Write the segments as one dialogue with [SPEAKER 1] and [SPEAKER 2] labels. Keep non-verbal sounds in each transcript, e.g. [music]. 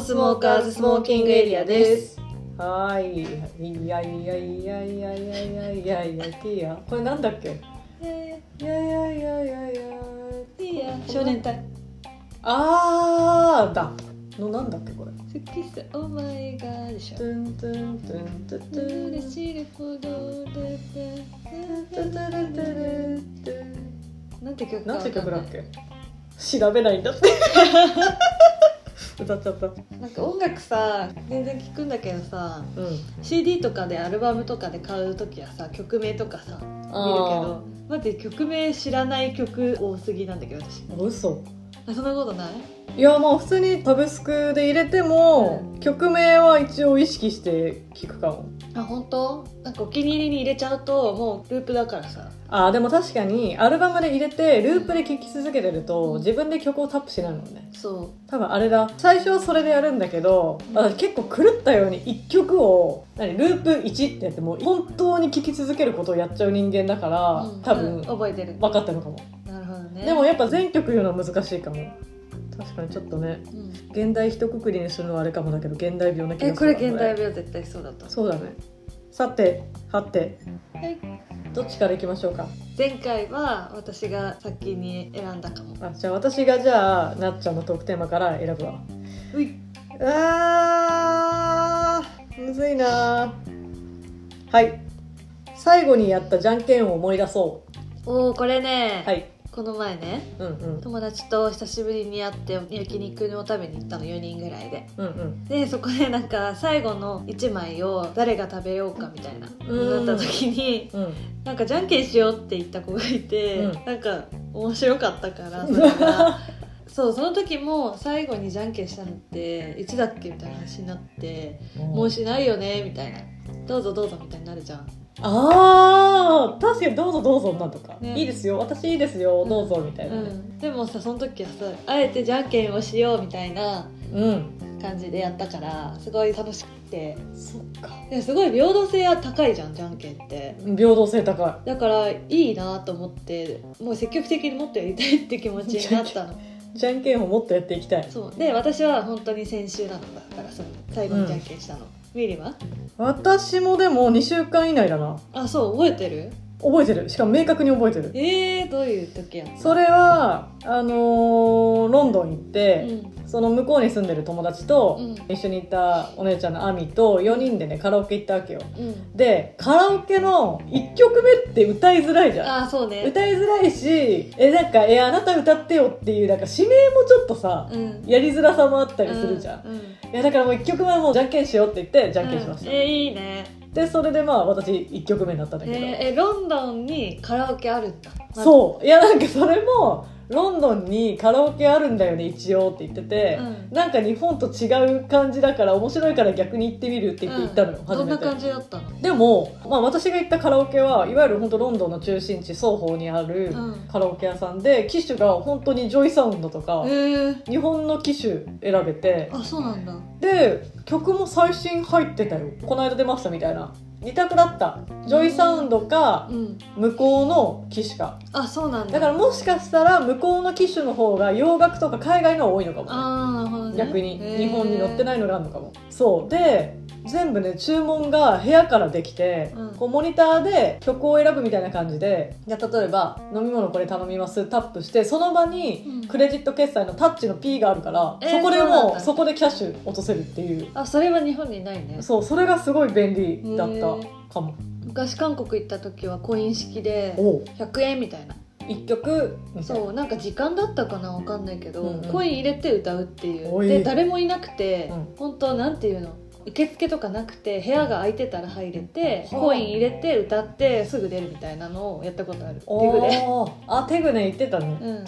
[SPEAKER 1] スモーカーズスモーキングエリアです。
[SPEAKER 2] はい。いやいやいやいやいやいやいやいやティア。これなんだっけ？いやいやいやいやいや。
[SPEAKER 1] 少年隊。
[SPEAKER 2] あーだ。のなんだっけこれ？
[SPEAKER 1] 好きさお前がでしょ
[SPEAKER 2] ト。ゥントゥントゥントゥトゥ
[SPEAKER 1] 嬉しいほどだ
[SPEAKER 2] トゥトゥルトゥルトゥ
[SPEAKER 1] なんて曲か
[SPEAKER 2] なんて曲だ
[SPEAKER 1] わ
[SPEAKER 2] っ
[SPEAKER 1] かんない
[SPEAKER 2] け？調べないん
[SPEAKER 1] [laughs]
[SPEAKER 2] だって。歌っちゃった。
[SPEAKER 1] なんか音楽さ全然聞くんだけどさ
[SPEAKER 2] うん。
[SPEAKER 1] CD とかでアルバムとかで買う時はさ曲名とかさ見るけ
[SPEAKER 2] あ
[SPEAKER 1] ど待って曲名知らない曲多すぎなんだけど私
[SPEAKER 2] ー嘘。
[SPEAKER 1] あそんなことない
[SPEAKER 2] いやまあ普通にサブスクで入れても、曲名は一応意識して聞くかも
[SPEAKER 1] あ本当なんかお気に入りに入れちゃうともうループだからさ
[SPEAKER 2] あーでも確かにアルバムで入れてループで聴き続けてると自分で曲をタップしないもんね
[SPEAKER 1] そ
[SPEAKER 2] 多分あれだ最初はそれでやるんだけど、
[SPEAKER 1] うん
[SPEAKER 2] あ結構狂ったように1曲を何ループ1ってやってもう本当に聴き続けることをやっちゃう人間だか
[SPEAKER 1] う、
[SPEAKER 2] ら、
[SPEAKER 1] うん
[SPEAKER 2] 多
[SPEAKER 1] うん
[SPEAKER 2] 分
[SPEAKER 1] 覚えてる
[SPEAKER 2] 分かったのかも、
[SPEAKER 1] なるほどね
[SPEAKER 2] でも、やっぱ全曲言うのは難しいかも確かにちょっとね
[SPEAKER 1] うん
[SPEAKER 2] 現代一括りにするのはあれかもだけど現代病な気
[SPEAKER 1] え
[SPEAKER 2] がす
[SPEAKER 1] こ
[SPEAKER 2] る
[SPEAKER 1] れ
[SPEAKER 2] な
[SPEAKER 1] 現代病絶対そうだと思
[SPEAKER 2] そうだね。さて、はて、
[SPEAKER 1] うはい
[SPEAKER 2] どっちからいきましょうか。
[SPEAKER 1] 前回は私が先に選んだかも
[SPEAKER 2] あ、じゃあ私がじゃあなっちゃんのトークテーマから選ぶわ。
[SPEAKER 1] うい
[SPEAKER 2] あー、むずいなー。はい。最後にやったじゃんけんを思い出そ
[SPEAKER 1] おおこれね、
[SPEAKER 2] う。はい。
[SPEAKER 1] この前ね
[SPEAKER 2] うんうん。
[SPEAKER 1] 友達と久しぶりに会って焼肉を食べに行ったの4人ぐらいで
[SPEAKER 2] うんうん。
[SPEAKER 1] でそこでなんか最後の1枚を誰が食べようかみたいな
[SPEAKER 2] うん
[SPEAKER 1] なった時に
[SPEAKER 2] うん、
[SPEAKER 1] なんかじゃんけんしようって言った子がいて、
[SPEAKER 2] うん
[SPEAKER 1] なんか面白かった
[SPEAKER 2] [laughs]
[SPEAKER 1] からそれがそうその時も最後にじゃんけんしたのっていつだっけみたいな話になってもうしないよねみたいなどうぞどうぞみたいになるじゃん
[SPEAKER 2] あー確かにどうぞどうぞなんとか、
[SPEAKER 1] ね
[SPEAKER 2] いいですよ私いいですよどうぞみたいな
[SPEAKER 1] う
[SPEAKER 2] ね
[SPEAKER 1] ん、でもさその時はさあえてじゃんけんをしようみたいな
[SPEAKER 2] うん、
[SPEAKER 1] 感じでやったからすごい楽しくて
[SPEAKER 2] そっか
[SPEAKER 1] でもすごい平等性は高いじゃんじゃんけんって
[SPEAKER 2] 平等性高い
[SPEAKER 1] だからいいなと思ってもう積極的にもっとやりたいって気持ちになったの
[SPEAKER 2] じゃんけんをもっとやっていきたい
[SPEAKER 1] そうで私は本当に先週なのだからその最後にじゃんけんしたの、ミリは
[SPEAKER 2] 私もでも2週間以内だな
[SPEAKER 1] あそう覚えてる
[SPEAKER 2] 覚えてるしかも明確に覚えてる
[SPEAKER 1] えー、どういう時やった
[SPEAKER 2] それはあのーロンドン行
[SPEAKER 1] う
[SPEAKER 2] って、
[SPEAKER 1] ん
[SPEAKER 2] その向こうに住んでる友達と、
[SPEAKER 1] うん
[SPEAKER 2] 一緒に行ったお姉ちゃんのアミと4人でねカラオケ行ったわけよ
[SPEAKER 1] うん
[SPEAKER 2] でカラオケの1曲目って歌いづらいじゃん
[SPEAKER 1] あそうね
[SPEAKER 2] 歌いづらいしえなんか「えあなた歌ってよ」っていうなんか指名もちょっとさ、
[SPEAKER 1] うん
[SPEAKER 2] やりづらさもあったりするじゃん、
[SPEAKER 1] うんうん
[SPEAKER 2] いやだからもう1曲目はもうじゃんけんしようって言ってじゃんけんしました、
[SPEAKER 1] うんえー、いいね
[SPEAKER 2] でそれでまあ私1曲目になったんだけど、
[SPEAKER 1] えーえロンドンにカラオケあるんだ、まず
[SPEAKER 2] そういやなんかそれもロンドンにカラオケあるんだよね一応って言ってて、
[SPEAKER 1] うん
[SPEAKER 2] なんか日本と違う感じだから面白いから逆に行ってみるって言って行ったのよ、
[SPEAKER 1] うん
[SPEAKER 2] 初
[SPEAKER 1] どん
[SPEAKER 2] め
[SPEAKER 1] な
[SPEAKER 2] て
[SPEAKER 1] 感じだったの
[SPEAKER 2] でも、まあ、私が行ったカラオケはいわゆる本当ロンドンの中心地双方にある
[SPEAKER 1] うん
[SPEAKER 2] カラオケ屋さんで機種が本当にジョイサウンドとか、
[SPEAKER 1] えー、
[SPEAKER 2] 日本の機種選べて
[SPEAKER 1] あそうなんだ
[SPEAKER 2] で曲も最新入ってたよこの間出ましたみたいな2択だったジョイサウンドか
[SPEAKER 1] うん
[SPEAKER 2] 向こうの機種か
[SPEAKER 1] あそうなんだ
[SPEAKER 2] だからもしかしたら向こうの機種の方が洋楽とか海外のは多いのかも、ね、
[SPEAKER 1] ああなるほどね
[SPEAKER 2] 逆に日本に載ってないいのがあるのかもそうで全部ね注文が部屋からできて、
[SPEAKER 1] うん
[SPEAKER 2] こうモニターで曲を選ぶみたいな感じでじゃあ例えば「飲み物これ頼みます」タップしてその場
[SPEAKER 1] う
[SPEAKER 2] に
[SPEAKER 1] ん
[SPEAKER 2] クレジット決済のタッチの P があるから、
[SPEAKER 1] えー
[SPEAKER 2] そこで
[SPEAKER 1] そうなん
[SPEAKER 2] もう
[SPEAKER 1] だ
[SPEAKER 2] そこでキャッシュ落とせるっていう
[SPEAKER 1] あそれは日本にないね
[SPEAKER 2] そうそれがすごい便利だったかも、
[SPEAKER 1] 昔韓国行った時はコイン式で
[SPEAKER 2] おう
[SPEAKER 1] 100円みたいな
[SPEAKER 2] 1曲みたいな
[SPEAKER 1] そうなんか時間だったかなわかんないけど、
[SPEAKER 2] うんうん
[SPEAKER 1] コイン入れて歌うってい
[SPEAKER 2] お
[SPEAKER 1] う
[SPEAKER 2] い
[SPEAKER 1] で誰もいなくて、
[SPEAKER 2] うん
[SPEAKER 1] 本当なんていうの受付とかなくて部屋が空いてたら入れて
[SPEAKER 2] はあ
[SPEAKER 1] コイン入れて歌ってすぐ出るみたいなのをやったことある
[SPEAKER 2] お
[SPEAKER 1] 手ぐで
[SPEAKER 2] ーあ手ぐね言ってたね、
[SPEAKER 1] うん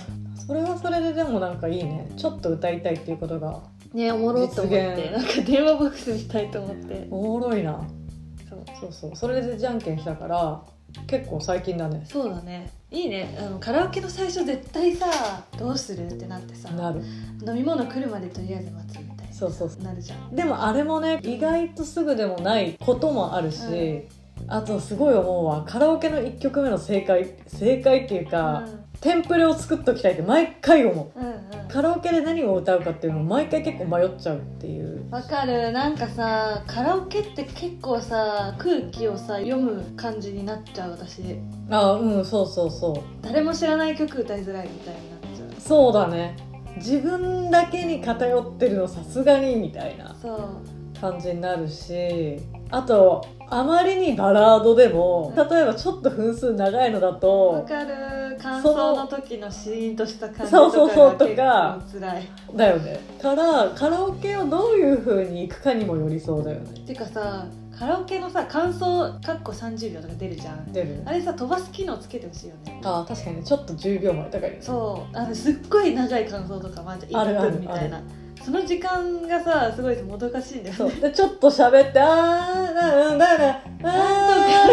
[SPEAKER 2] それはそれででもなんかいいねちょっと歌いたいっていうことが
[SPEAKER 1] ねおもろと思って
[SPEAKER 2] 実現
[SPEAKER 1] なんか電話ボックスみたいと思って
[SPEAKER 2] おもろいな
[SPEAKER 1] そう
[SPEAKER 2] そうそうそれでじゃんけんしたから結構最近だね
[SPEAKER 1] そうだねいいねあのカラオケの最初絶対さどうするってなってさ
[SPEAKER 2] なる
[SPEAKER 1] 飲み物来るまでとりあえず待つみたいな
[SPEAKER 2] そうそうそ
[SPEAKER 1] なるじゃん
[SPEAKER 2] うでもあれもね意外とすぐでもないこともあるし、
[SPEAKER 1] う
[SPEAKER 2] あとすごい思うわカラオケの1曲目の正解正解っていうか、
[SPEAKER 1] う
[SPEAKER 2] テンプレを作っときたいって毎回思
[SPEAKER 1] うんうん
[SPEAKER 2] うカラオケで何を歌うかっていうのを毎回結構迷っちゃうっていう
[SPEAKER 1] わかるなんかさカラオケって結構さ空気をさ読む感じになっちゃう私
[SPEAKER 2] あうんそうそうそう
[SPEAKER 1] 誰も知らない曲歌いづらいみたいになっちゃう
[SPEAKER 2] そうだね自分だけに偏ってるのさすがにみたいな
[SPEAKER 1] そう
[SPEAKER 2] 感じになるしあとあまりにバラードでも例えばちょっと分数長いのだ
[SPEAKER 1] わ
[SPEAKER 2] と
[SPEAKER 1] かる感想の時のシーンとした感じ
[SPEAKER 2] そうそ
[SPEAKER 1] と
[SPEAKER 2] うそう
[SPEAKER 1] か
[SPEAKER 2] と
[SPEAKER 1] が
[SPEAKER 2] か
[SPEAKER 1] 結構辛い
[SPEAKER 2] だよねからカラオケをどういう風に行くかにもよりそうだよね
[SPEAKER 1] てかさカラオケのさ感想かっこ30秒とか出るじゃん
[SPEAKER 2] 出る
[SPEAKER 1] あれさ飛ばす機能つけてほしいよね
[SPEAKER 2] あ確かにちょっと10秒前とかに
[SPEAKER 1] そうあのすっごい長い感想とかまあじゃあ
[SPEAKER 2] あるあ
[SPEAKER 1] 1
[SPEAKER 2] る
[SPEAKER 1] 分みたいなその時間がさすごいもどかしいんだよ
[SPEAKER 2] そ
[SPEAKER 1] ね
[SPEAKER 2] うでちょっと喋ってあーなんだなあ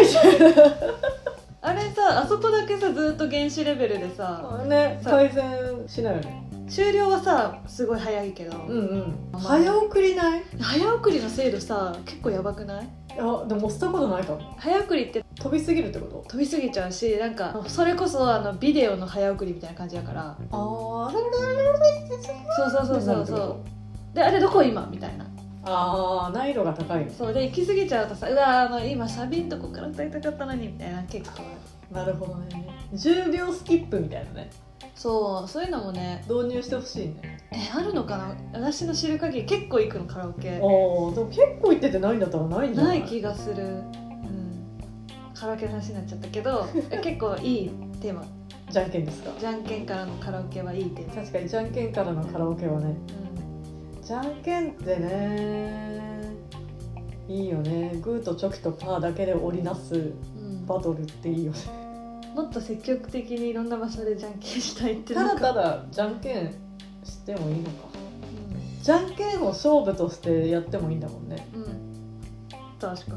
[SPEAKER 2] ーみたい
[SPEAKER 1] あれさあそこだけさずっと原子レベルでさ
[SPEAKER 2] なね改善しないよね
[SPEAKER 1] 終了はさすごい早いけど、
[SPEAKER 2] うんうん早送りない
[SPEAKER 1] 早送りの精度さ結構やばくない
[SPEAKER 2] あでも押したことないかも
[SPEAKER 1] 早送りって
[SPEAKER 2] 飛びすぎるってこと
[SPEAKER 1] 飛びすぎちゃうしなんかそれこそあのビデオの早送りみたいな感じやから
[SPEAKER 2] あー
[SPEAKER 1] そうそうそうそうそうであれどこ今みたいな
[SPEAKER 2] あー難易度が高いね
[SPEAKER 1] そうで行き過ぎちゃうとさうわあの今サビんとこから歌いたかったのにみたいな結構
[SPEAKER 2] なるほどね10秒スキップみたいなね
[SPEAKER 1] そうそういうのもね
[SPEAKER 2] 導入してほしいね
[SPEAKER 1] えあるのかな私の知る限り結構行くのカラオケ
[SPEAKER 2] おーでも結構言っててないんだったらないんじゃ
[SPEAKER 1] な
[SPEAKER 2] ない
[SPEAKER 1] い気がする、うん、カラオケの話になっちゃったけど
[SPEAKER 2] [laughs]
[SPEAKER 1] え結構いいテーマ
[SPEAKER 2] じゃんけんですか
[SPEAKER 1] じゃんけんからのカラオケはいいテーマ、
[SPEAKER 2] 確かにじゃんけんからのカラオケはねじゃんけんってねいいよねグーとチョキとパーだけで織りなす
[SPEAKER 1] うんうん
[SPEAKER 2] バトルっていいよね
[SPEAKER 1] もっと積極的にいろんな場所でじゃんけんしたいって
[SPEAKER 2] た
[SPEAKER 1] な
[SPEAKER 2] だ
[SPEAKER 1] んか、
[SPEAKER 2] ただじゃんけんしてもいいのか
[SPEAKER 1] う
[SPEAKER 2] じゃんけんを勝負としてやってもいいんだもんね
[SPEAKER 1] んうん、確か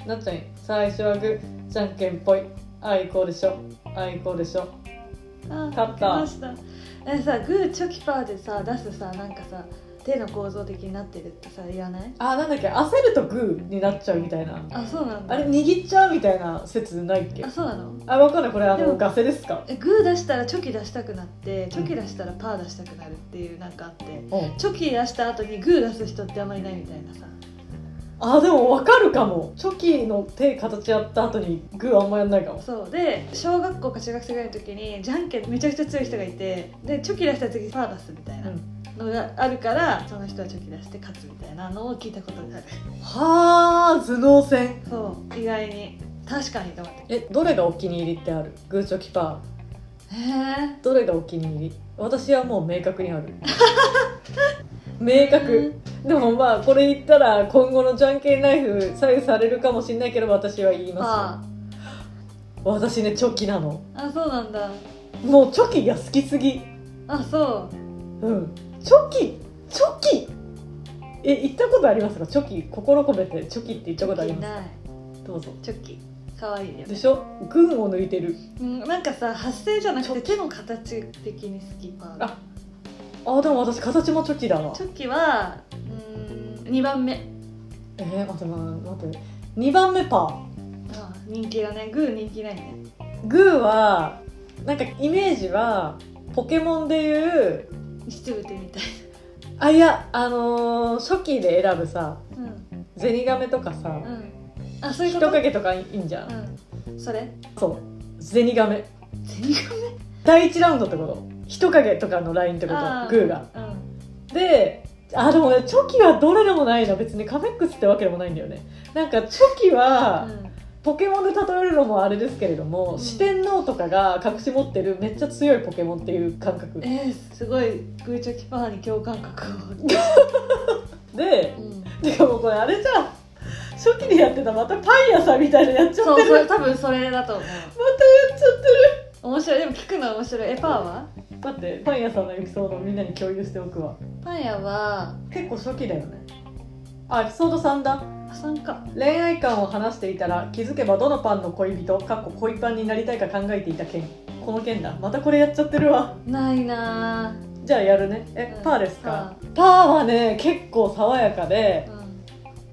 [SPEAKER 1] に
[SPEAKER 2] なっちゃん最初はグーじゃんけんぽいあいこうでしょあいこうでしょ
[SPEAKER 1] あー
[SPEAKER 2] 勝った
[SPEAKER 1] 負けましたえさグーチョキパーでさ出すさなんかさ手の構造的になってるってさ言わない
[SPEAKER 2] あなんだっけ焦るとグーになっちゃうみたいな
[SPEAKER 1] あそうなんだ
[SPEAKER 2] あれ握っちゃうみたいな説ないっけ
[SPEAKER 1] あそうなの
[SPEAKER 2] あわかんないこれあ
[SPEAKER 1] でも
[SPEAKER 2] のガセですか
[SPEAKER 1] えグー出したらチョキ出したくなってチョキ出したらパー出したくなるっていうなんかあって
[SPEAKER 2] うん
[SPEAKER 1] チョキ出した後にグー出す人ってあんまりいないみたいなさ
[SPEAKER 2] あでもわかるかもチョキの手形やった後にグーあんまやんないかも
[SPEAKER 1] そうで小学校か中学生ぐらいの時にじゃんけんめちゃくちゃ強い人がいてでチョキ出したら次パー出すみたいなのがあるからその人はチョキ出して勝つみたいなのを聞いたことがある
[SPEAKER 2] はあ頭脳戦
[SPEAKER 1] そう意外に確かにと思って
[SPEAKER 2] えどれがお気に入りってあるグーチョキパ
[SPEAKER 1] へ
[SPEAKER 2] ーどれがお気に入り私はもう明確にある明確でもまあこれ言ったら今後のじゃんけんライフ左右されるかもしれないけど私は言いま
[SPEAKER 1] パー
[SPEAKER 2] す私ねチョキなの
[SPEAKER 1] あそうなんだ
[SPEAKER 2] もうチョキが好きすぎ
[SPEAKER 1] あそう
[SPEAKER 2] うんチョキチョキえ言ったことありますかチョキ心込めてチョキって言ったことあり
[SPEAKER 1] チョキ
[SPEAKER 2] ま
[SPEAKER 1] ない
[SPEAKER 2] すどうぞ
[SPEAKER 1] チョキ可愛いよね
[SPEAKER 2] でしょ群を抜いてる
[SPEAKER 1] うん、なんかさ発声じゃなく
[SPEAKER 2] チ
[SPEAKER 1] て
[SPEAKER 2] ョキ
[SPEAKER 1] 手の形的に好きパーが
[SPEAKER 2] ああでも私形もチョキだわ
[SPEAKER 1] チョキはうーん2番目
[SPEAKER 2] えー、待って待って2番目パ
[SPEAKER 1] あ人気だねグー人気ないね
[SPEAKER 2] ーグーはなんかイメージはポケモンでいう
[SPEAKER 1] 七分手みたい
[SPEAKER 2] あいやあのー初期で選ぶさ
[SPEAKER 1] なうん
[SPEAKER 2] ゼニガメとかさ
[SPEAKER 1] うんあそういうこ
[SPEAKER 2] 人
[SPEAKER 1] と
[SPEAKER 2] 影とかいいんじゃん、
[SPEAKER 1] うんそれ
[SPEAKER 2] そうゼニガメ
[SPEAKER 1] ゼニガメ
[SPEAKER 2] 第1ラウンドってこと人影とかのラインってこと
[SPEAKER 1] あー
[SPEAKER 2] グーが
[SPEAKER 1] うん
[SPEAKER 2] であでもねチョキはどれでもないな別にカメックスってわけでもないんだよねなんかチョキは、ポケモンで例えるのもあれですけれども、
[SPEAKER 1] うん
[SPEAKER 2] 四天王とかが隠し持ってるめっちゃ強いポケモンっていう感覚
[SPEAKER 1] うん、えー、すごいグーチョキパーに共感覚を、
[SPEAKER 2] で
[SPEAKER 1] うん、
[SPEAKER 2] てかもうこれあれじゃん初期にやってたまたパン屋さんみたいなやっちゃっ
[SPEAKER 1] そう
[SPEAKER 2] てる
[SPEAKER 1] そ
[SPEAKER 2] ま
[SPEAKER 1] れ多分それだと思う
[SPEAKER 2] たやっちゃっ
[SPEAKER 1] 面白いでも聞くのは面白いえパーは
[SPEAKER 2] てる待ってパン屋さんのエピソードをみんなに共有しておくわ
[SPEAKER 1] パン屋は
[SPEAKER 2] 結構初期だよねあエピソード3だ
[SPEAKER 1] あさんか
[SPEAKER 2] 恋愛観を話していたら気づけばどのパンの恋人かっこ恋パンになりたいか考えていた件この件だまたこれやっちゃってるわ
[SPEAKER 1] ないなー
[SPEAKER 2] じゃあやるねえ、パーですか、パーはね結構爽やかで
[SPEAKER 1] うん、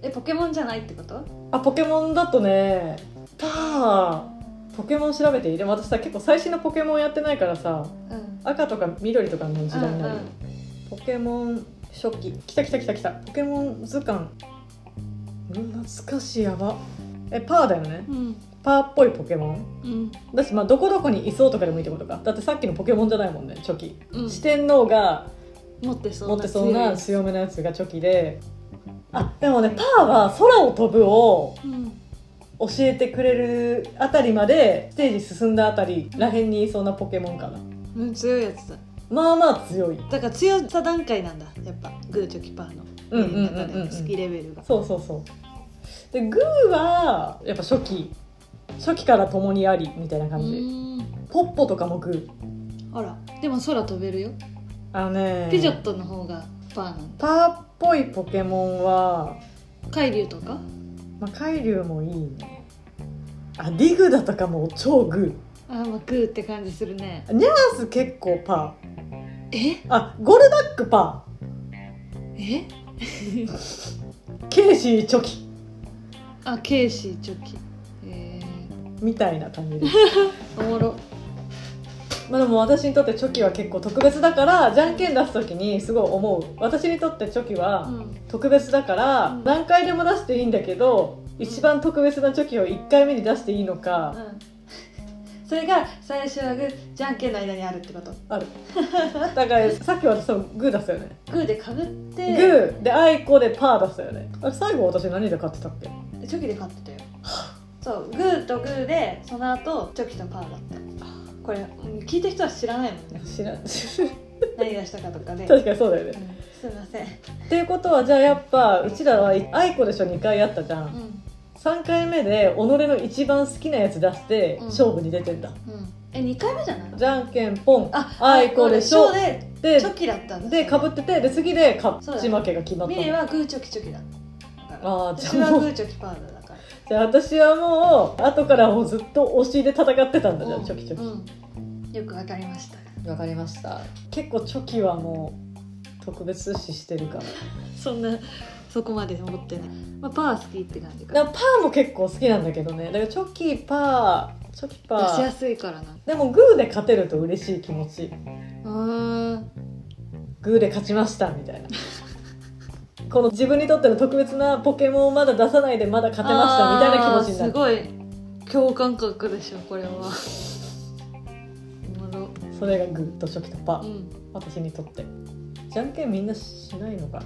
[SPEAKER 1] えポケモンじゃないってこと
[SPEAKER 2] あポケモンだとねパーポケモン調べていいでも私さ結構最新のポケモンやってないからさ
[SPEAKER 1] うん
[SPEAKER 2] 赤とか緑とかの時代になる、
[SPEAKER 1] うんうん
[SPEAKER 2] ポケモン初期来た来た来た来たポケモン図鑑うん懐かしいやばえパーだよね
[SPEAKER 1] うん
[SPEAKER 2] パーっぽいポケモン
[SPEAKER 1] うん
[SPEAKER 2] だしまあどこどこにいそうとかでもいいってことかだってさっきのポケモンじゃないもんねチョキ、
[SPEAKER 1] うん
[SPEAKER 2] 四天王が
[SPEAKER 1] 持ってそう
[SPEAKER 2] 持ってそうな
[SPEAKER 1] 強い
[SPEAKER 2] 強めのやつがチョキであでもねパーは空を飛ぶを
[SPEAKER 1] うん
[SPEAKER 2] 教えてくれるあたりまでステージ進んだあたりらへんにいそうなポケモンかな
[SPEAKER 1] うん強いやつだ
[SPEAKER 2] まあまあ強い
[SPEAKER 1] だから強さ段階なんだやっぱグーチョキパーの
[SPEAKER 2] うんうんうんうんうん
[SPEAKER 1] 中で好きレベルが
[SPEAKER 2] そうそうそうでグーはやっぱ初期初期から共にありみたいな感
[SPEAKER 1] う
[SPEAKER 2] じ
[SPEAKER 1] ーん
[SPEAKER 2] ポッポとかもグー
[SPEAKER 1] あらでも空飛べるよ
[SPEAKER 2] あのね
[SPEAKER 1] ピジョットの方がパーなんだ
[SPEAKER 2] パーっぽいポケモンは
[SPEAKER 1] 海竜とか
[SPEAKER 2] まあ海竜もいいねあディグダとかも超グ
[SPEAKER 1] あーまあグーって感じするね
[SPEAKER 2] ーナース結構パー
[SPEAKER 1] え
[SPEAKER 2] あゴルダックパ
[SPEAKER 1] え
[SPEAKER 2] ーケーシーチョキ
[SPEAKER 1] あケイシーチョキえー
[SPEAKER 2] みたいな感
[SPEAKER 1] [laughs]
[SPEAKER 2] じです
[SPEAKER 1] おもろ
[SPEAKER 2] まあでも私にとってチョキは結構特別だからじゃんけん出す時にすごい思う私にとってチョキ
[SPEAKER 1] う
[SPEAKER 2] は
[SPEAKER 1] ん
[SPEAKER 2] 特別だから、
[SPEAKER 1] うん
[SPEAKER 2] 何回でも出していいんだけど
[SPEAKER 1] うん
[SPEAKER 2] 一番特別なチョキを1回目に出していいのか、
[SPEAKER 1] [laughs] それが最初はグーじゃんけんの間にあるってこと
[SPEAKER 2] あるだからさっき私もグー出したよね、
[SPEAKER 1] グーでかぶって
[SPEAKER 2] グーでアイコでパー出したよねあれ最後私何で勝ってたっけ
[SPEAKER 1] チョキで買ってたよそうグーとグーでその後チョキとパーだったこれうん聞いた人は知らないもん
[SPEAKER 2] [laughs]
[SPEAKER 1] ね
[SPEAKER 2] 知らん
[SPEAKER 1] 何出したかとかで、うん
[SPEAKER 2] 確かにそうだよね
[SPEAKER 1] すいません、
[SPEAKER 2] っていうことはじゃあやっぱうちらはアイコでしょ2回やったじゃん3回目で己の一番好きなやつ出して
[SPEAKER 1] うん
[SPEAKER 2] 勝負に出てんだ、
[SPEAKER 1] うん、え二回目じゃない
[SPEAKER 2] じゃんけんポン
[SPEAKER 1] あ
[SPEAKER 2] あいこでしょ
[SPEAKER 1] あいこで
[SPEAKER 2] で
[SPEAKER 1] チョキだったんだ
[SPEAKER 2] でかぶっててで次で勝
[SPEAKER 1] そうだ
[SPEAKER 2] ち負けが決まった
[SPEAKER 1] ミ
[SPEAKER 2] の
[SPEAKER 1] リはグーチョキチョキだったから
[SPEAKER 2] あーじゃあ
[SPEAKER 1] 私はグーチョキパーだから
[SPEAKER 2] じゃあ私はもう後からもうずっと推しで戦ってたんだじゃあ
[SPEAKER 1] うん
[SPEAKER 2] チョキチョ
[SPEAKER 1] うんよくわかりました
[SPEAKER 2] キわかりました結構チョキはもう特別視してるから
[SPEAKER 1] そんなそこまで思ってない、まあ、パー好きって感じか
[SPEAKER 2] だからパーも結構好きなんだけどねだからチョキパーチョキパ
[SPEAKER 1] 出しや
[SPEAKER 2] ー
[SPEAKER 1] すいからな
[SPEAKER 2] でもグーで勝てると嬉しい気持ち
[SPEAKER 1] うん
[SPEAKER 2] グーで勝ちましたみた
[SPEAKER 1] [laughs]
[SPEAKER 2] いなこの自分にとっての特別なポケモンをまだ出さないでまだ勝てましたみたいな気持ちにな
[SPEAKER 1] あーす
[SPEAKER 2] る
[SPEAKER 1] ごい共感覚でしょこれはおもろ
[SPEAKER 2] それがグーとチョキとパー、
[SPEAKER 1] うん
[SPEAKER 2] 私にとってじゃんけんみんなしないのかな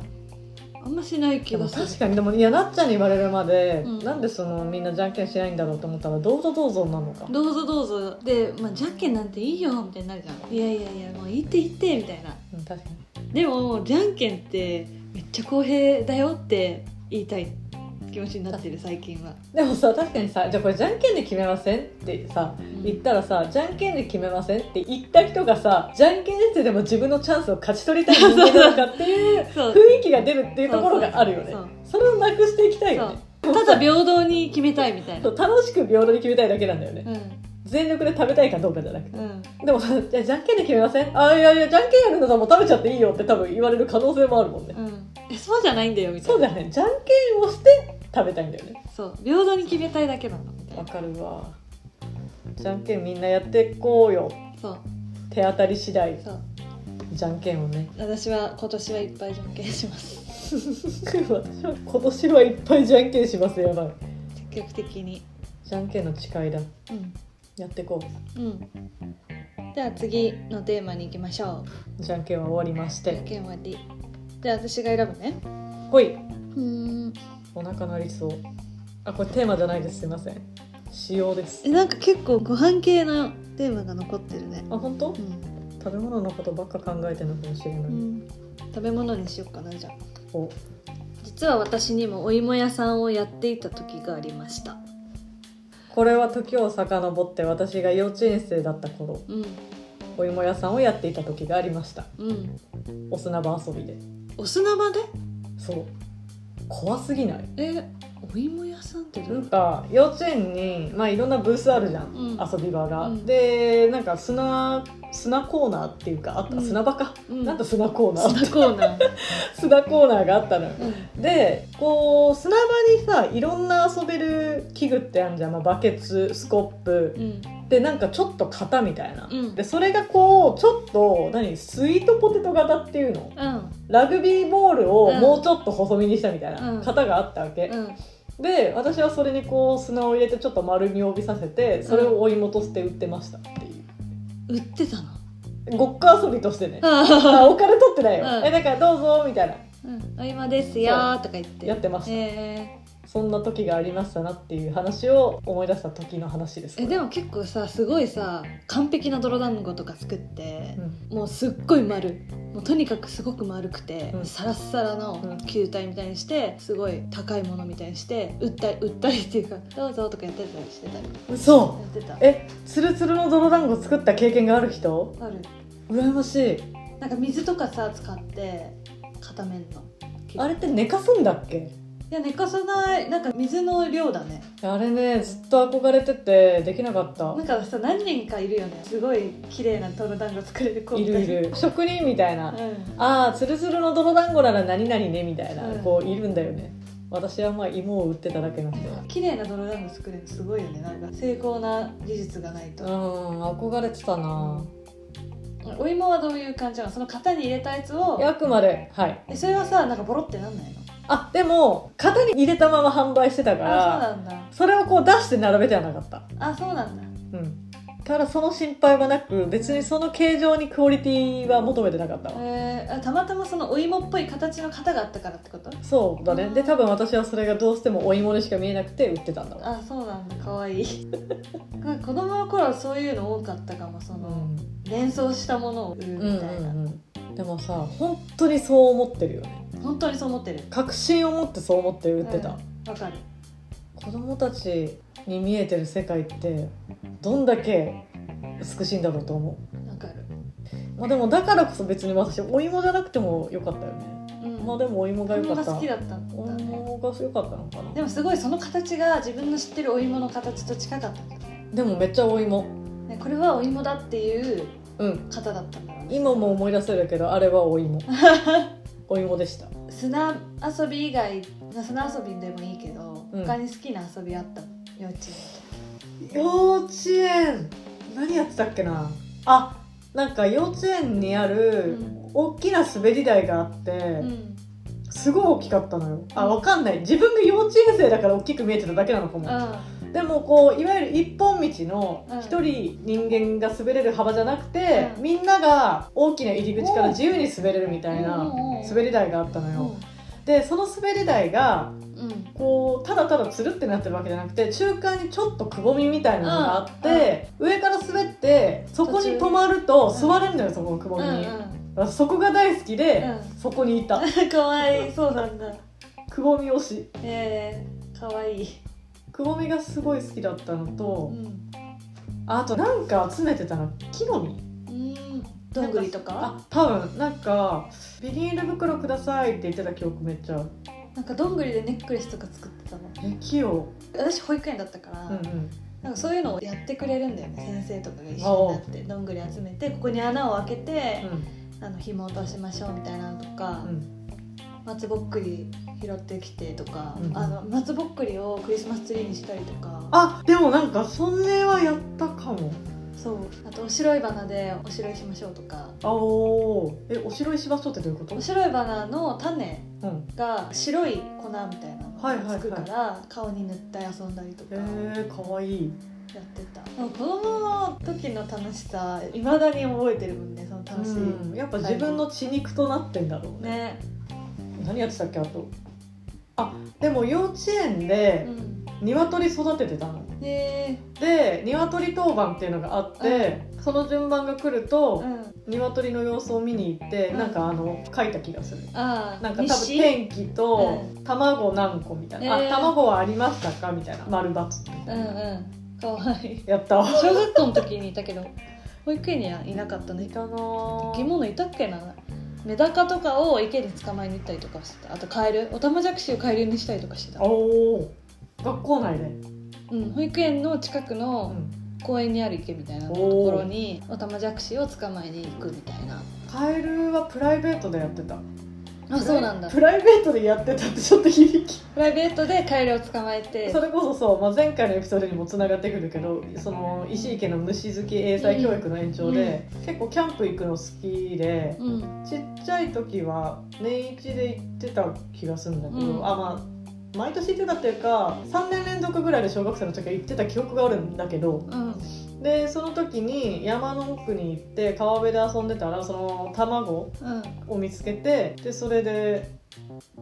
[SPEAKER 1] あんましない
[SPEAKER 2] で
[SPEAKER 1] 気
[SPEAKER 2] も
[SPEAKER 1] がする
[SPEAKER 2] 確かにでもいやなっちゃんに言われるまで、
[SPEAKER 1] うん
[SPEAKER 2] なんでそのみんなじゃんけんしないんだろうと思ったらどうぞどうぞなのか
[SPEAKER 1] どうぞどうぞで、まあ、じゃんけんなんていいよみたいになるじゃんいやいやいやもういいっていいってみたいな
[SPEAKER 2] うん確かに
[SPEAKER 1] でもじゃんけんってめっちゃ公平だよって言いたい気持ちになってる最近は、
[SPEAKER 2] でもさ確かにさじゃあこれじゃんけんで決めませんってさ
[SPEAKER 1] うん
[SPEAKER 2] 言ったらさじゃんけんで決めませんって言った人がさじゃんけんしてでも自分のチャンスを勝ち取りたい人間なのかっていう
[SPEAKER 1] そう
[SPEAKER 2] 雰囲気が出るっていうところがあるよね
[SPEAKER 1] そ
[SPEAKER 2] そうれをなくしていきたいよね
[SPEAKER 1] そうただ平等に決めたいみたいな
[SPEAKER 2] そう楽しく平等に決めたいだけなんだよね、
[SPEAKER 1] うん
[SPEAKER 2] 全力で食べたいかどうかじゃなくて
[SPEAKER 1] うん
[SPEAKER 2] でもさじゃあじゃんけんで決めませんあいやいやじゃんけんやるんだったらもう食べちゃっていいよって多分言われる可能性もあるもんね、
[SPEAKER 1] うんえそうじゃないんだよみた
[SPEAKER 2] そ
[SPEAKER 1] いうな
[SPEAKER 2] だねじゃんけんをして食べたいんだよね
[SPEAKER 1] そう平等に決めたいだけなのみたい
[SPEAKER 2] わ
[SPEAKER 1] な
[SPEAKER 2] かるわじゃんけんみんなやっていこうよ
[SPEAKER 1] そう
[SPEAKER 2] 手当たり次第
[SPEAKER 1] そう
[SPEAKER 2] じゃんけんをね [laughs]
[SPEAKER 1] 私は今年はいっぱいじゃんけんします
[SPEAKER 2] 私は今年はいっぱいじゃんけんしますやばい
[SPEAKER 1] 積極的に
[SPEAKER 2] じゃんけんの誓いだ
[SPEAKER 1] うん
[SPEAKER 2] やっていこ
[SPEAKER 1] うんじゃあ次のテーマに行きましょう
[SPEAKER 2] うじゃんけんは終わりまし
[SPEAKER 1] じゃん
[SPEAKER 2] て
[SPEAKER 1] けんは D じゃあ私が選ぶね
[SPEAKER 2] ほいう
[SPEAKER 1] ーん
[SPEAKER 2] お腹なりそうあこれテーマじゃないですすいません使用です
[SPEAKER 1] えなんか結構ご飯系のテーマが残ってるね
[SPEAKER 2] あ本当
[SPEAKER 1] うん、
[SPEAKER 2] 食べ物のことばっか考えてるのかもしれない、
[SPEAKER 1] うん、食べ物にしよっかなじゃあ
[SPEAKER 2] お
[SPEAKER 1] 実は私にもお芋屋さんをやっていた時がありました
[SPEAKER 2] これは時を遡って私が幼稚園生だった頃
[SPEAKER 1] うん
[SPEAKER 2] お芋屋さんをやっていた時がありました
[SPEAKER 1] うん
[SPEAKER 2] お砂場遊びで
[SPEAKER 1] お砂場で
[SPEAKER 2] そう怖すぎない
[SPEAKER 1] えお芋屋さんってど
[SPEAKER 2] な
[SPEAKER 1] うん
[SPEAKER 2] か幼稚園に、まあ、いろんなブースあるじゃん、
[SPEAKER 1] うん
[SPEAKER 2] 遊び場が、
[SPEAKER 1] うん
[SPEAKER 2] でなんか砂砂コーナーっていうかあった、
[SPEAKER 1] うん
[SPEAKER 2] 砂場か、
[SPEAKER 1] うん
[SPEAKER 2] なんと砂コーナー
[SPEAKER 1] 砂コーナー、
[SPEAKER 2] 砂コーナーがあったのよ
[SPEAKER 1] [laughs] うん
[SPEAKER 2] でこう砂場にさいろんな遊べる器具ってあるじゃん、まあ、バケツスコップ
[SPEAKER 1] うん
[SPEAKER 2] でなんかちょっと型みたいな、
[SPEAKER 1] うん
[SPEAKER 2] でそれがこうちょっと何スイートポテト型っていうの
[SPEAKER 1] うん
[SPEAKER 2] ラグビーボールを
[SPEAKER 1] うん
[SPEAKER 2] もうちょっと細身にしたみたいな
[SPEAKER 1] うん
[SPEAKER 2] 型があったわけ、
[SPEAKER 1] うん
[SPEAKER 2] で私はそれにこう砂を入れてちょっと丸みを帯びさせてそれを追い戻して売ってましたって
[SPEAKER 1] 売
[SPEAKER 2] いう、
[SPEAKER 1] ってたの
[SPEAKER 2] ごっこ遊びとしてね、あ
[SPEAKER 1] あ
[SPEAKER 2] お金取ってないよ、
[SPEAKER 1] うん
[SPEAKER 2] えだからどうぞみたいな
[SPEAKER 1] ーうんお芋ですよーとか言って
[SPEAKER 2] やってました、
[SPEAKER 1] え
[SPEAKER 2] そんな時がありましたなっていう話を思い出した時の話です
[SPEAKER 1] ーえでも結構さすごいさ完璧な泥団子とか作って
[SPEAKER 2] う、ん
[SPEAKER 1] もうすっごい丸もうとにかくすごく丸くて、
[SPEAKER 2] うん
[SPEAKER 1] サラッサラ
[SPEAKER 2] うん
[SPEAKER 1] の球体みたいにしてすごい高いものみたいにして売ったり売ったりっていうか「どうぞ」とかやってたりしてたり
[SPEAKER 2] 嘘
[SPEAKER 1] やってた
[SPEAKER 2] えつるつるの泥団子作った経験がある人
[SPEAKER 1] ある
[SPEAKER 2] 羨ましい
[SPEAKER 1] なんか水とかさ使って固めんの
[SPEAKER 2] あれって寝かすんだっけ
[SPEAKER 1] いや寝かさないなんか水の量だね
[SPEAKER 2] あれねずっと憧れててできなかった
[SPEAKER 1] なんかさ何人かいるよねすごい綺麗な泥団子作れる子
[SPEAKER 2] い
[SPEAKER 1] みた
[SPEAKER 2] るい
[SPEAKER 1] な
[SPEAKER 2] る職人みたいな、
[SPEAKER 1] うん
[SPEAKER 2] ああつるつるの泥団子なら何々ねみたいな、
[SPEAKER 1] うん
[SPEAKER 2] こういるんだよね私はまあ芋を売ってただけなんでうん
[SPEAKER 1] 綺麗な泥団子作れるのすごいよねなんか精巧な技術がないと、
[SPEAKER 2] 憧れてたな
[SPEAKER 1] お芋はどういう感じなのその型に入れたやつを
[SPEAKER 2] あくまではい
[SPEAKER 1] えそれはさなんかボロってなんないの
[SPEAKER 2] あでも型に入れたまま販売してたから
[SPEAKER 1] あそうなんだ
[SPEAKER 2] それをこう出して並べてはなかった
[SPEAKER 1] あそうなんだ
[SPEAKER 2] うんだからその心配はなく別にその形状にクオリティは求めてなかったわ、
[SPEAKER 1] えー、あたまたまそのお芋っぽい形の型があったからってこと
[SPEAKER 2] そうだねで多分私はそれがどうしてもお芋にしか見えなくて売ってたんだわ
[SPEAKER 1] あそうなんだかわい
[SPEAKER 2] [laughs]
[SPEAKER 1] いなんか子供の頃はそういうの多かったかもそうの、
[SPEAKER 2] ん
[SPEAKER 1] 連想したものを売る
[SPEAKER 2] うん
[SPEAKER 1] みたいな、
[SPEAKER 2] うんうんでもさ本当にそう思ってるよね
[SPEAKER 1] 本当にそう思ってる
[SPEAKER 2] 確信を持ってそう思って売ってた、
[SPEAKER 1] うんわかる
[SPEAKER 2] 子供たちに見えてる世界ってどんだけ美しいんだろうと思
[SPEAKER 1] わかる、
[SPEAKER 2] う、まあ、でもだからこそ別に私お芋じゃなくてもよかったよね
[SPEAKER 1] うん、
[SPEAKER 2] まあでもお芋が
[SPEAKER 1] 子
[SPEAKER 2] 良
[SPEAKER 1] 供
[SPEAKER 2] かっ
[SPEAKER 1] が
[SPEAKER 2] た
[SPEAKER 1] 好きだったん
[SPEAKER 2] お
[SPEAKER 1] だね
[SPEAKER 2] 芋が良かったのかな
[SPEAKER 1] でもすごいその形が自分の知ってるお芋の形と近かったんだね
[SPEAKER 2] でもめっちゃお芋
[SPEAKER 1] ねこれはお芋だっていう
[SPEAKER 2] うん
[SPEAKER 1] 型だったんだろうね
[SPEAKER 2] 今も思い出せるけどあれはお [laughs] 芋お芋でした
[SPEAKER 1] 砂遊び以外まあ砂遊びでもいいけど、
[SPEAKER 2] うん
[SPEAKER 1] 他に好きな遊びあった幼稚
[SPEAKER 2] 幼稚園何やってたっけなあなんか幼稚園にある
[SPEAKER 1] うん
[SPEAKER 2] 大きな滑り台があって、
[SPEAKER 1] 園うん
[SPEAKER 2] すごい大きかったのよあわかんない自分が幼稚園生だから大きく見えてただけなのかも
[SPEAKER 1] あ
[SPEAKER 2] でもこういわゆる一本道
[SPEAKER 1] うん
[SPEAKER 2] の一人人間が滑れる幅じゃなくて、
[SPEAKER 1] うん
[SPEAKER 2] みんなが大きな入り口から自由に滑れるみたい
[SPEAKER 1] うん
[SPEAKER 2] な
[SPEAKER 1] うんうん
[SPEAKER 2] 滑り台があったの
[SPEAKER 1] う
[SPEAKER 2] よでその滑り台が
[SPEAKER 1] んうん
[SPEAKER 2] こうただただつるってなってるわけじゃなくて中間にちょっとくぼみみたいなのがあって、上から滑ってそこに止まると
[SPEAKER 1] 途中
[SPEAKER 2] 座れるのよそこのくぼみに、
[SPEAKER 1] うん
[SPEAKER 2] 私そこが大好きで、
[SPEAKER 1] う
[SPEAKER 2] そこにいた
[SPEAKER 1] んかわいいそうなんだ
[SPEAKER 2] くぼみ推し
[SPEAKER 1] えー、かわいい、
[SPEAKER 2] くぼみがすごい好きだったの
[SPEAKER 1] う
[SPEAKER 2] と、
[SPEAKER 1] ん
[SPEAKER 2] あとなんか集めてたの木の実
[SPEAKER 1] うんどんぐりとか
[SPEAKER 2] あ多分なんか「ビニール袋ください」って言ってた記憶めっちゃある
[SPEAKER 1] なんかどんぐりでネックレスとか作ってたの
[SPEAKER 2] え木を
[SPEAKER 1] 私保育園だったから、
[SPEAKER 2] うんうん
[SPEAKER 1] なんかそういうのをやってくれるんだよね先生とかが一緒になってどんぐり集めてここに穴を開けて、あの紐落としましょうみたいなのとか
[SPEAKER 2] うんう、ん
[SPEAKER 1] 松ぼっくり拾ってきてとか、
[SPEAKER 2] うん
[SPEAKER 1] あの松ぼっくりをクリスマスツリーにしたりとか
[SPEAKER 2] あでもなんかそれはやったかも
[SPEAKER 1] そうあとお白い花でお白いしましょうとか
[SPEAKER 2] あおーえおしろいしましょうってどういうこと
[SPEAKER 1] お白い花の種
[SPEAKER 2] うん
[SPEAKER 1] が白い粉みたいなの
[SPEAKER 2] はいはい
[SPEAKER 1] が
[SPEAKER 2] はい
[SPEAKER 1] つくから、顔に塗って遊んだりとか
[SPEAKER 2] へ
[SPEAKER 1] や
[SPEAKER 2] えかわいい
[SPEAKER 1] ってた、でも子供の時の楽しさいまだに覚えてるもんねその楽しい、
[SPEAKER 2] うんやっぱ自分の血肉となってんだろうね
[SPEAKER 1] ね
[SPEAKER 2] 何やってたっけあとあでも幼稚園で
[SPEAKER 1] うん
[SPEAKER 2] 鶏育ててたの
[SPEAKER 1] へえ
[SPEAKER 2] で鶏当番っていうのがあって、その順番が来ると、
[SPEAKER 1] うん
[SPEAKER 2] 鶏の様子を見に行って、
[SPEAKER 1] うん
[SPEAKER 2] なんかあの書いた気がする
[SPEAKER 1] ああ
[SPEAKER 2] なんか多分天気と
[SPEAKER 1] う
[SPEAKER 2] 卵何個みたいな、
[SPEAKER 1] えー
[SPEAKER 2] あ卵はありましたかみたいな丸バツ
[SPEAKER 1] うんうんかわいい
[SPEAKER 2] やったわ
[SPEAKER 1] 小学校の時にいたけど保育園にはいなかった
[SPEAKER 2] い
[SPEAKER 1] ね
[SPEAKER 2] たな
[SPEAKER 1] 着
[SPEAKER 2] ぁ
[SPEAKER 1] 物いたっけなメダカとかを池に捕まえに行ったりとかしてたあとカエルオタマジャクシを海流にしたりとかしてた、
[SPEAKER 2] おお学校内で、
[SPEAKER 1] うん、保育園の近く
[SPEAKER 2] う
[SPEAKER 1] の
[SPEAKER 2] ん、
[SPEAKER 1] 公園にある池みたいなところにオタマジャクシを捕まえに行くみたいな
[SPEAKER 2] カエルはプライベートでやってた
[SPEAKER 1] あそうなんだ
[SPEAKER 2] プライベートでやってたってちょっと響き
[SPEAKER 1] プライベートでカエルを捕まえて
[SPEAKER 2] それこそそう、まあ、前回のエピソードにもつながってくるけどその石井家の虫好き英才教育の延長で、結構キャンプ行くの好きで
[SPEAKER 1] うん
[SPEAKER 2] ちっちゃい時は年一で行ってた気がするんだけど、
[SPEAKER 1] うん
[SPEAKER 2] あまあ毎年行ってたっていうか3年連続ぐらいで小学生の時は行ってた記憶があるんだけど
[SPEAKER 1] うん
[SPEAKER 2] でその時に山の奥に行って川辺で遊んでたらその卵
[SPEAKER 1] うん
[SPEAKER 2] を見つけてでそれで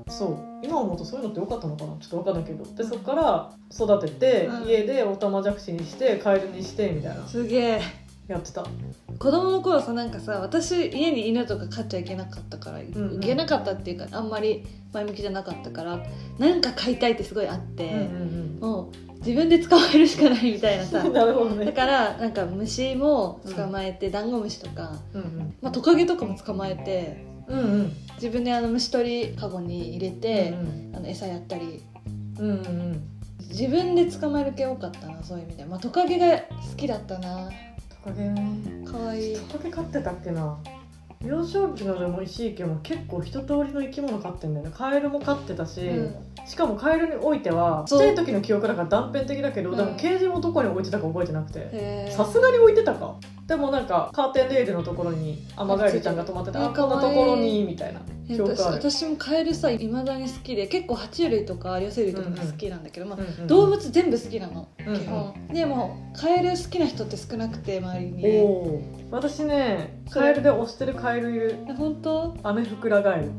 [SPEAKER 2] そう今思うとそういうのって良かったのかなちょっと分かんないけどでそこから育てて、
[SPEAKER 1] うん
[SPEAKER 2] 家でオタマジャクシにしてカエルにしてみたいな
[SPEAKER 1] すげえ
[SPEAKER 2] やってた
[SPEAKER 1] 子供の頃さなんかさ私家に犬とか飼っちゃいけなかったから、
[SPEAKER 2] んうん
[SPEAKER 1] いけなかったっていうかあんまり前向きじゃなかったからなんか飼いたいってすごいあって、
[SPEAKER 2] うん
[SPEAKER 1] もう自分で捕まえるしかないみたいなさ
[SPEAKER 2] うん [laughs] なるほど
[SPEAKER 1] だ
[SPEAKER 2] ね、
[SPEAKER 1] からなんか虫も捕まえて、ダンゴムシとか、
[SPEAKER 2] うん
[SPEAKER 1] まあ、トカゲとかも捕まえて
[SPEAKER 2] うん、うんうん
[SPEAKER 1] 自分であの虫取りカゴに入れ
[SPEAKER 2] う
[SPEAKER 1] て、
[SPEAKER 2] ん
[SPEAKER 1] あの餌やったり
[SPEAKER 2] うんうん
[SPEAKER 1] 自分で捕まえる系多かったなそういう意味では、まあ、トカゲが好きだったな
[SPEAKER 2] トカゲね
[SPEAKER 1] かわいい
[SPEAKER 2] トカゲ飼ってたっけな幼少期のでも石井家も結構一通りの生き物飼ってんだよねカエルも飼ってたし、
[SPEAKER 1] うん
[SPEAKER 2] しかもカエルにおいてはち
[SPEAKER 1] そ
[SPEAKER 2] っ
[SPEAKER 1] う
[SPEAKER 2] ちゃい時の記憶だから断片的だけど、
[SPEAKER 1] うん
[SPEAKER 2] でもケージもどこに置いてたか覚えてなくて、
[SPEAKER 1] へー
[SPEAKER 2] さすがに置いてたかでもなんかカーテンレールのところにアマガエルちゃんが止まってた
[SPEAKER 1] あ
[SPEAKER 2] あこんなところにみたいな
[SPEAKER 1] え
[SPEAKER 2] 記憶
[SPEAKER 1] 私
[SPEAKER 2] ある、
[SPEAKER 1] 私もカエルさいまだに好きで結構爬虫類とか両生類とかが好きなんだけど、ま
[SPEAKER 2] うんうん
[SPEAKER 1] あ、動物全部好きなの、
[SPEAKER 2] うんうん
[SPEAKER 1] 基本でもカエル好きな人って少なくて周り
[SPEAKER 2] お
[SPEAKER 1] に
[SPEAKER 2] お私ねカエルで押してるカエルいる
[SPEAKER 1] え本当
[SPEAKER 2] アメフクラガエル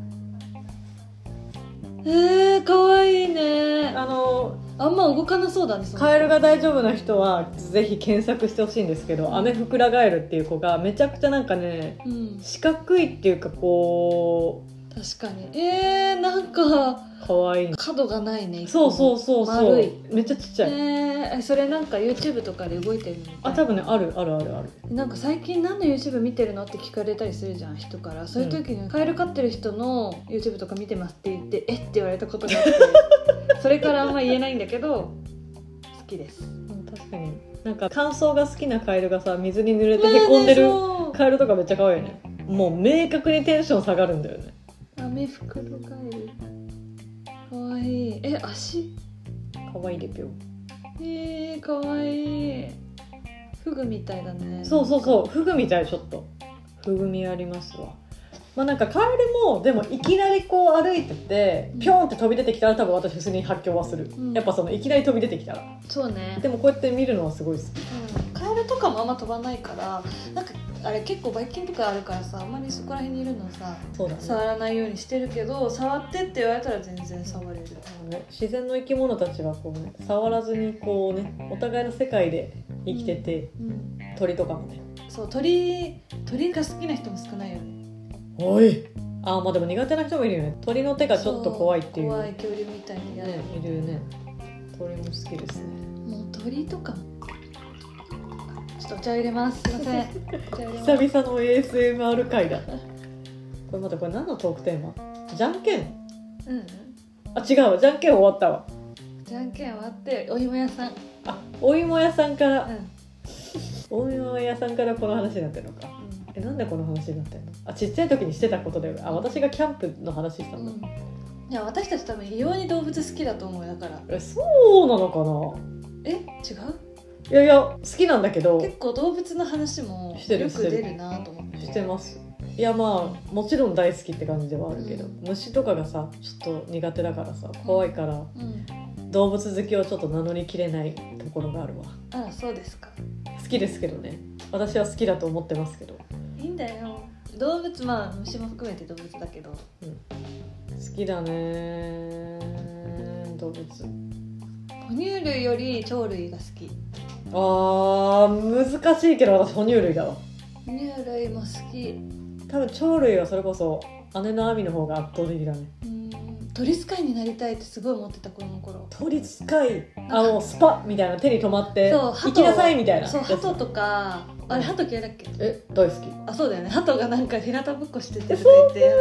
[SPEAKER 1] えー、かわいいね
[SPEAKER 2] あの
[SPEAKER 1] あんま動かなそうだねその
[SPEAKER 2] カエルが大丈夫な人はぜひ検索してほしいんですけどアメフクラガエルっていう子がめちゃくちゃなんかね
[SPEAKER 1] うん
[SPEAKER 2] 四角いっていうかこ
[SPEAKER 1] 確かにえー、なんか
[SPEAKER 2] う可愛い
[SPEAKER 1] 角がないね
[SPEAKER 2] そうそうそうそ
[SPEAKER 1] 丸
[SPEAKER 2] う
[SPEAKER 1] い
[SPEAKER 2] めっちゃちっちゃい、
[SPEAKER 1] えー、それなんか YouTube とかで動いてるの
[SPEAKER 2] あ多分ねあるあるあるある
[SPEAKER 1] なんか最近何の YouTube 見てるのって聞かれたりするじゃん人からそういう時に「カエル飼ってる人の YouTube とか見てます」って言
[SPEAKER 2] [laughs]
[SPEAKER 1] って「えっ?」て言われたことがあってそれからあんま言えないんだけど好きです
[SPEAKER 2] うん確かになんか乾燥が好きなカエルがさ水に濡れてへこんでる
[SPEAKER 1] そう
[SPEAKER 2] カエルとかめっちゃ可愛いよねもう明確にテンション下がるんだよね
[SPEAKER 1] アメフクロカエルかわいいえ足
[SPEAKER 2] 可愛いでぴょ
[SPEAKER 1] えー、かわいいフグみたいだね
[SPEAKER 2] そうそうそうフグみたいちょっとフグみありますわまあなんかカエルもでもいきなりこう歩いてて
[SPEAKER 1] うん
[SPEAKER 2] ピョンって飛び出てきたら多分私普通に発狂はする、
[SPEAKER 1] うん
[SPEAKER 2] やっぱそのいきなり飛び出てきたら
[SPEAKER 1] そうね
[SPEAKER 2] でもこうやって見るのはすごい好き
[SPEAKER 1] うんカエルとかもあんま飛ばないからなんかあれ結構ばい菌とかあるからさあんまりそこら辺にいるのさ
[SPEAKER 2] そうだね
[SPEAKER 1] 触らないようにしてるけど触ってって言われたら全然触れる
[SPEAKER 2] あのね自然の生き物たちはこうね触らずにこうねお互いの世界で生きてて、
[SPEAKER 1] うん
[SPEAKER 2] 鳥とかもね
[SPEAKER 1] そう鳥鳥が好きな人も少ないよね
[SPEAKER 2] おいあーまあでも苦手な人もいるよね鳥の手がちょっと怖いっていう
[SPEAKER 1] そ怖い恐竜みたいにやる
[SPEAKER 2] ねいるよね鳥も好きですね
[SPEAKER 1] もう鳥とかもちょっとお茶を入れますすいま
[SPEAKER 2] [laughs]
[SPEAKER 1] せんお茶を入れます
[SPEAKER 2] 久々の ASMR 回だこれまたこれ何のトークテーマじゃんけん
[SPEAKER 1] うん
[SPEAKER 2] あ違うわじゃんけん終わったわ
[SPEAKER 1] うんじゃんけん終わってお芋屋さん、う
[SPEAKER 2] あお芋屋さんから
[SPEAKER 1] ん
[SPEAKER 2] お芋屋さんからこの話になってるのかえなんでこの話になってんのあちっちゃい時にしてたことであ私がキャンプの話した
[SPEAKER 1] うん
[SPEAKER 2] だ、
[SPEAKER 1] んいや私たち多分異様に動物好きだと思うよだから
[SPEAKER 2] えそうなの
[SPEAKER 1] え違う
[SPEAKER 2] かないやいや好きなんだけど
[SPEAKER 1] 結構動物の話も
[SPEAKER 2] してる
[SPEAKER 1] よ
[SPEAKER 2] して
[SPEAKER 1] く
[SPEAKER 2] る
[SPEAKER 1] 出るなと思って
[SPEAKER 2] してますいやまあもちろん大好きって感じではあるけど、
[SPEAKER 1] うん
[SPEAKER 2] 虫とかがさちょっと苦手だからさ怖いから
[SPEAKER 1] うん
[SPEAKER 2] 動物好きをちょっと名乗りきれないところがあるわ
[SPEAKER 1] あらそうですか
[SPEAKER 2] 好きですけどね私は好きだと思ってますけど
[SPEAKER 1] いいんだよ動物まあ虫も含めて動物だけど
[SPEAKER 2] 好きだね動物
[SPEAKER 1] 哺乳類より鳥類が好き
[SPEAKER 2] あー難しいけど私哺乳類だわ
[SPEAKER 1] 哺乳類も好き
[SPEAKER 2] 多分鳥類はそれこそ姉のアミの方が圧倒的だね
[SPEAKER 1] うん鳥使いになりたいってすごい思ってた子の頃
[SPEAKER 2] 鳥使いあのスパみたいな手に止まって
[SPEAKER 1] そう
[SPEAKER 2] 行きなさいみたいな
[SPEAKER 1] そう鳩とかあれ鳩嫌いだっけ
[SPEAKER 2] え大好き
[SPEAKER 1] あそうだよね鳩がなんか日向ぼっこしててとか言って話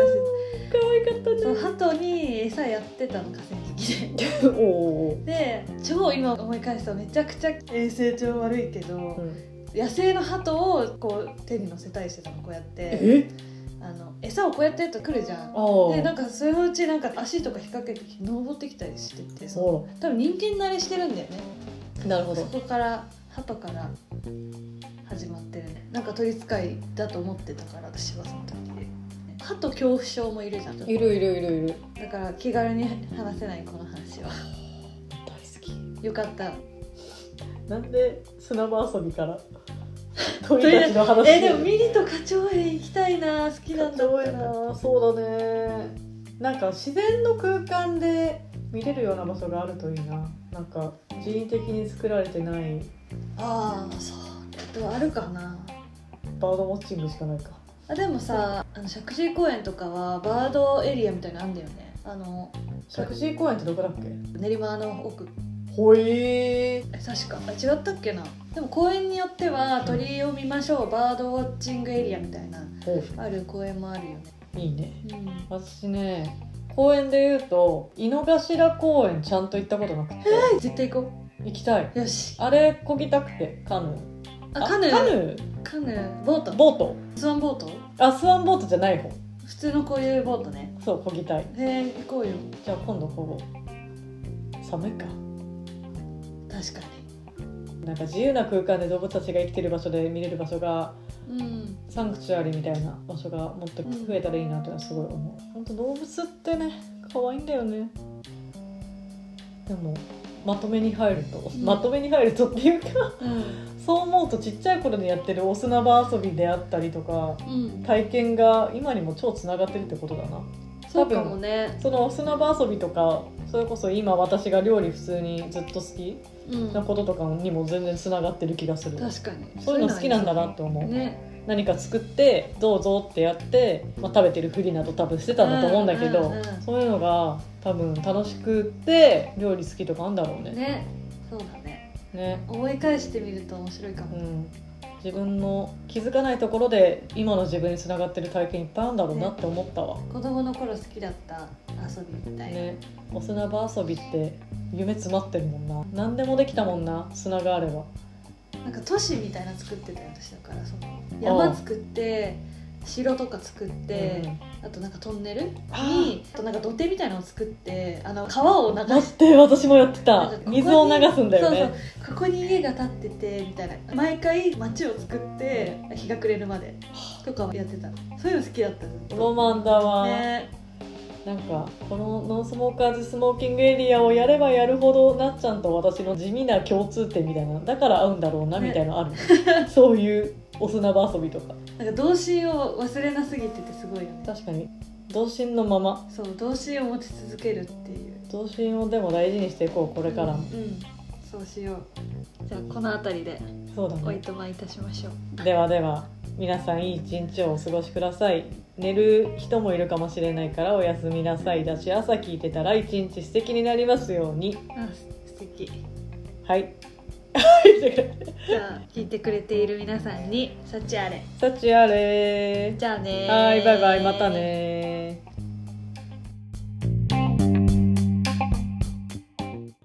[SPEAKER 2] 可愛かった
[SPEAKER 1] そう鳩に餌やってたの河川敷 [laughs] で
[SPEAKER 2] ねおおー、
[SPEAKER 1] で超今思い返すとめちゃくちゃ衛生上悪いけ
[SPEAKER 2] う
[SPEAKER 1] ど
[SPEAKER 2] ん、
[SPEAKER 1] 野生の鳩をこう手に乗せたりしてたのこうやって
[SPEAKER 2] え
[SPEAKER 1] あの餌をこうやってやると来るじゃん
[SPEAKER 2] ああ
[SPEAKER 1] でなんかそのうちなんか足とか引っ掛けて登ってきたりしててそ
[SPEAKER 2] そ
[SPEAKER 1] 多分人間慣れしてるんだよね
[SPEAKER 2] うなるほ
[SPEAKER 1] そ
[SPEAKER 2] ど
[SPEAKER 1] こから鳩から始まってるねなんか鳥使いだと思ってたから私はその時鳩恐怖症もいるじゃん
[SPEAKER 2] いるいるいるいる
[SPEAKER 1] だから気軽に話せないこの話は [laughs]
[SPEAKER 2] 大好き
[SPEAKER 1] よかった
[SPEAKER 2] なんで砂場遊び [laughs] から鳥たちの話
[SPEAKER 1] えでもミリと花鳥園行きたいな好きなんだ
[SPEAKER 2] す
[SPEAKER 1] っ
[SPEAKER 2] ごい
[SPEAKER 1] たら
[SPEAKER 2] なそうだねなんか自然の空間で見れるような場所があるといいななんか人為的に作られてない
[SPEAKER 1] ああそうどうあるかな
[SPEAKER 2] バードウォッチングしかないか
[SPEAKER 1] あでもさあの石神井公園とかはバードエリアみたいなのあんだよねあの
[SPEAKER 2] 石神井公園ってどこだっけ
[SPEAKER 1] 練馬の奥
[SPEAKER 2] ほいー
[SPEAKER 1] え確かあ違ったっけなでも公園によっては鳥を見ましょうバードウォッチングエリアみたいな
[SPEAKER 2] お
[SPEAKER 1] ある公園もあるよね
[SPEAKER 2] いいね
[SPEAKER 1] うん
[SPEAKER 2] 私ね公園で言うと井の頭公園ちゃんと行ったことなくて
[SPEAKER 1] はい絶対行こ
[SPEAKER 2] 行きたいう
[SPEAKER 1] よし
[SPEAKER 2] あれこぎたくてカヌー
[SPEAKER 1] あカヌー
[SPEAKER 2] カヌ
[SPEAKER 1] カヌーボー
[SPEAKER 2] ー
[SPEAKER 1] ト
[SPEAKER 2] ボート
[SPEAKER 1] スワンボート
[SPEAKER 2] あスワンボートじゃない方
[SPEAKER 1] 普通のこういうボートね
[SPEAKER 2] そうこぎたい
[SPEAKER 1] へえ行こうよ
[SPEAKER 2] じゃあ今度こご寒いか
[SPEAKER 1] 確か
[SPEAKER 2] なんか自由な空間で動物たちが生きてる場所で見れる場所が
[SPEAKER 1] にうん
[SPEAKER 2] サンクチュアリみたいな場所がもっと増えたらいいなってのはすごい思う、ほんと動物ってね可愛いんだよねでもまとめに入ると、
[SPEAKER 1] ん
[SPEAKER 2] まとめに入るとっていうか
[SPEAKER 1] うん
[SPEAKER 2] そう思うとちっちゃい頃にやってるお砂場遊びであったりとか
[SPEAKER 1] うん
[SPEAKER 2] 体験が今にも超つながってるってことだな
[SPEAKER 1] そうかもね
[SPEAKER 2] その砂場遊びとかそれこそ今私が料理普通にずっと好き
[SPEAKER 1] うん
[SPEAKER 2] なこととかにも全然つながってる気がする
[SPEAKER 1] 確かに
[SPEAKER 2] そういうの好きなんだな
[SPEAKER 1] っ
[SPEAKER 2] って思う、
[SPEAKER 1] ね
[SPEAKER 2] 何か作ってどうぞってやって、まあ、食べてるふりなど多分してたんだと思うんだけど、
[SPEAKER 1] うんうんうん
[SPEAKER 2] そういうのが多分楽しくって料理好きとかあんだろうねね
[SPEAKER 1] ねそうだね思い返してみると面白いか
[SPEAKER 2] う
[SPEAKER 1] も
[SPEAKER 2] ん、自分の気づかないところで今の自分につながってる体験いっぱいあるんだろうなって思ったわ、
[SPEAKER 1] 子供の頃好きだった遊びみたいな
[SPEAKER 2] ねお砂場遊びって夢詰まってるもんな何でもできたもんな砂があれば
[SPEAKER 1] なんか都市みたいなの作ってたよ私だからその山作って城とか作って、
[SPEAKER 2] うん
[SPEAKER 1] あとなんかトンネル
[SPEAKER 2] あ
[SPEAKER 1] にあとなんか土手みたいなのを作ってあの川を流
[SPEAKER 2] だ
[SPEAKER 1] し
[SPEAKER 2] って私もやって
[SPEAKER 1] なんか
[SPEAKER 2] た
[SPEAKER 1] ここに
[SPEAKER 2] 水を流すんだよね
[SPEAKER 1] そうそうここに家が建っててみたいな毎回街を作って日が暮れるまでとかをやってたそういうの好きだったずっと
[SPEAKER 2] ロマンだわ、
[SPEAKER 1] ね
[SPEAKER 2] なんかこのノンスモーカーズスモーキングエリアをやればやるほどなっちゃんと私の地味な共通点みたいなだから合うんだろうな
[SPEAKER 1] ね
[SPEAKER 2] みたいなのあ
[SPEAKER 1] [laughs]
[SPEAKER 2] る、そういうお砂場遊びとか
[SPEAKER 1] なんか童心を忘れなすぎててすごいよね
[SPEAKER 2] 確かに童心のまま
[SPEAKER 1] そう童心を持ち続けるっていう
[SPEAKER 2] 童心をでも大事にしていこうこれから
[SPEAKER 1] うん、、
[SPEAKER 2] も
[SPEAKER 1] うんそうしようじゃあこの辺りで
[SPEAKER 2] そうだ
[SPEAKER 1] おい
[SPEAKER 2] ね
[SPEAKER 1] とまいたしましょう
[SPEAKER 2] ではでは皆さんいい一日をお過ごしください寝る人もいるかもしれないからおやすみなさいだし朝聞いてたら一日素敵になりますように
[SPEAKER 1] あ素敵
[SPEAKER 2] はい [laughs]
[SPEAKER 1] じゃあ聞いてくれている皆さんに幸あれ
[SPEAKER 2] 幸あれ
[SPEAKER 1] じゃあねー
[SPEAKER 2] はい、バイバイ、またねー